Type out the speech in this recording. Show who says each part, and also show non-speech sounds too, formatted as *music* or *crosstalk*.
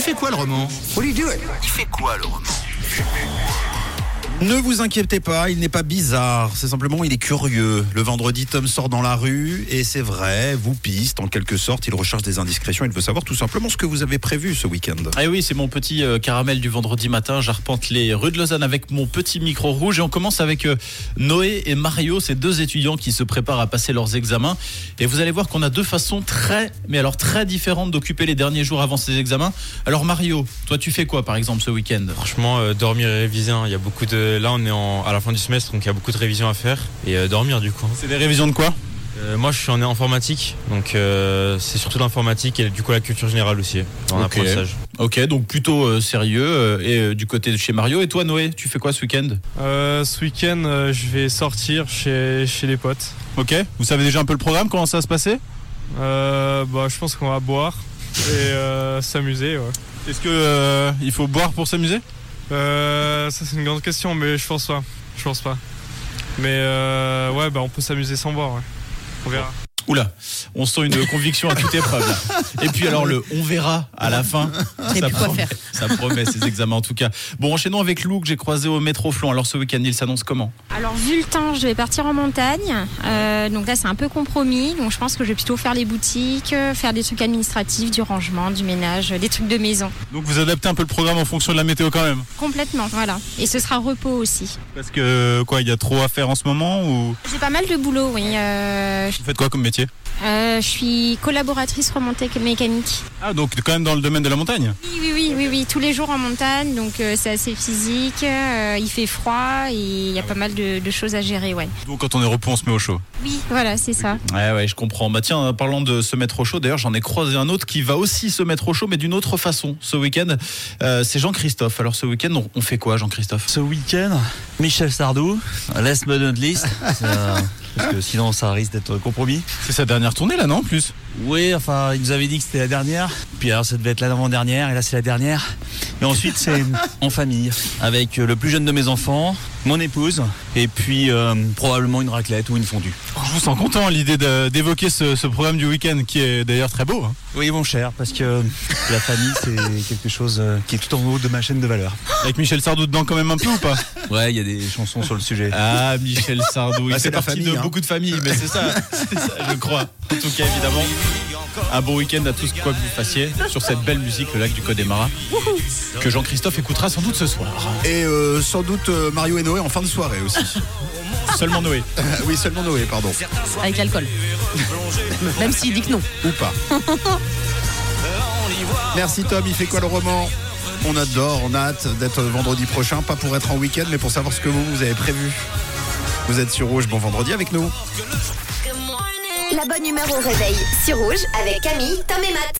Speaker 1: fait quoi le roman
Speaker 2: What do you do it?
Speaker 1: Il fait quoi le roman
Speaker 3: Ne vous inquiétez pas, il n'est pas bizarre, c'est simplement il est curieux. Le vendredi, Tom sort dans la rue et c'est vrai, vous piste en quelque sorte, il recherche des indiscrétions, il veut savoir tout simplement ce que vous avez prévu ce week-end.
Speaker 4: Ah oui, c'est mon petit euh, caramel du vendredi matin. J'arpente les rues de Lausanne avec mon petit micro rouge. Et on commence avec euh, Noé et Mario, ces deux étudiants qui se préparent à passer leurs examens. Et vous allez voir qu'on a deux façons très, mais alors très différentes d'occuper les derniers jours avant ces examens. Alors Mario, toi tu fais quoi par exemple ce week-end
Speaker 5: Franchement, euh, dormir et réviser. hein. Il y a beaucoup de. Là, on est en... à la fin du semestre, donc il y a beaucoup de révisions à faire et euh, dormir du coup.
Speaker 4: C'est des révisions de quoi
Speaker 5: Euh, moi, je suis en informatique, donc euh, c'est surtout l'informatique et du coup la culture générale aussi en
Speaker 4: Ok.
Speaker 5: apprentissage.
Speaker 4: Ok, donc plutôt euh, sérieux. euh, et euh, du côté de chez Mario. Et toi Noé, tu fais quoi ce week-end
Speaker 6: Euh, ce week-end, euh, je vais sortir chez, chez les potes.
Speaker 4: Ok, vous savez déjà un peu le programme, comment ça va se passer
Speaker 6: Euh, bah, je pense qu'on va boire et euh, s'amuser. Ouais.
Speaker 4: Est-ce que Euh, il faut boire pour s'amuser
Speaker 6: Euh, ça, c'est une grande question, mais je pense pas. Je pense pas. Mais euh, ouais, bah, on peut s'amuser sans boire. ouais. On verra.
Speaker 4: Oula, on sent *laughs* une conviction à toute épreuve. là. Et puis alors le on verra à la fin. Ça
Speaker 7: plus quoi
Speaker 4: promet, ça promet ces examens en tout cas. Bon, enchaînons avec Lou que j'ai croisé au métro Flon. Alors ce week-end, il s'annonce comment
Speaker 8: Alors vu le temps, je vais partir en montagne. Euh, donc là, c'est un peu compromis. Donc je pense que je vais plutôt faire les boutiques, euh, faire des trucs administratifs, du rangement, du ménage, euh, des trucs de maison.
Speaker 4: Donc vous adaptez un peu le programme en fonction de la météo quand même
Speaker 8: Complètement, voilà. Et ce sera repos aussi.
Speaker 4: Parce que quoi, il y a trop à faire en ce moment ou
Speaker 8: J'ai pas mal de boulot, oui. Euh, je-
Speaker 4: vous faites quoi comme métier
Speaker 8: euh, je suis collaboratrice remontée mécanique.
Speaker 4: Ah, donc quand même dans le domaine de la montagne.
Speaker 8: Oui, oui, oui, oui, oui. Tous les jours en montagne, donc euh, c'est assez physique. euh, il fait froid et il y a pas mal de, de choses à gérer, ouais.
Speaker 4: Donc quand on est repos, on se met au chaud.
Speaker 8: Oui, voilà, c'est ça.
Speaker 4: Ouais, ouais, je comprends. Bah tiens, en parlant de se mettre au chaud, d'ailleurs, j'en ai croisé un autre qui va aussi se mettre au chaud, mais d'une autre façon ce week-end. Euh, c'est Jean-Christophe. Alors ce week-end, on, on fait quoi, Jean-Christophe
Speaker 9: Ce week-end, Michel Sardou, last but not least, euh, parce que sinon ça risque d'être compromis.
Speaker 4: C'est sa dernière tournée là, non En plus.
Speaker 9: Oui, enfin, il nous avait dit que c'était la dernière, puis alors ça devait être l'avant-dernière, et là c'est la dernière. Et ensuite, c'est en famille, avec euh, le plus jeune de mes enfants, mon épouse, et puis euh, probablement une raclette ou une fondue.
Speaker 4: Je vous sens content à l'idée de- d'évoquer ce, ce programme du week-end qui est d'ailleurs très beau. hein.
Speaker 9: Oui, mon cher, parce que la famille, c'est quelque chose euh, qui est tout en haut de ma chaîne de valeur.
Speaker 4: Avec Michel Sardou dedans quand même un peu ou pas
Speaker 9: Ouais, il y a des chansons sur le sujet.
Speaker 4: Ah, Michel Sardou, il
Speaker 3: Bah,
Speaker 4: fait
Speaker 3: c'est la
Speaker 4: partie
Speaker 3: famille,
Speaker 4: de
Speaker 3: hein.
Speaker 4: beaucoup de familles, mais c'est
Speaker 3: *laughs*
Speaker 4: ça, c'est ça, je crois. En tout cas, évidemment, un bon week-end à tous, quoi que vous fassiez, sur cette belle musique, le lac du Codemara, que Jean-Christophe écoutera sans doute ce soir.
Speaker 3: Et euh, sans doute euh, Mario et Noé en fin de soirée aussi. Ah
Speaker 4: Seulement Noé.
Speaker 3: oui, seulement Noé, pardon.
Speaker 7: Avec l'alcool. *laughs* Même s'il dit que non.
Speaker 3: Ou pas. Merci Tom, il fait quoi le roman On adore, on a hâte d'être vendredi prochain, pas pour être en week-end, mais pour savoir ce que vous, vous avez prévu. Vous êtes sur Rouge, bon vendredi avec nous.
Speaker 10: La bonne humeur au réveil sur Rouge avec Camille, Tom et Matt.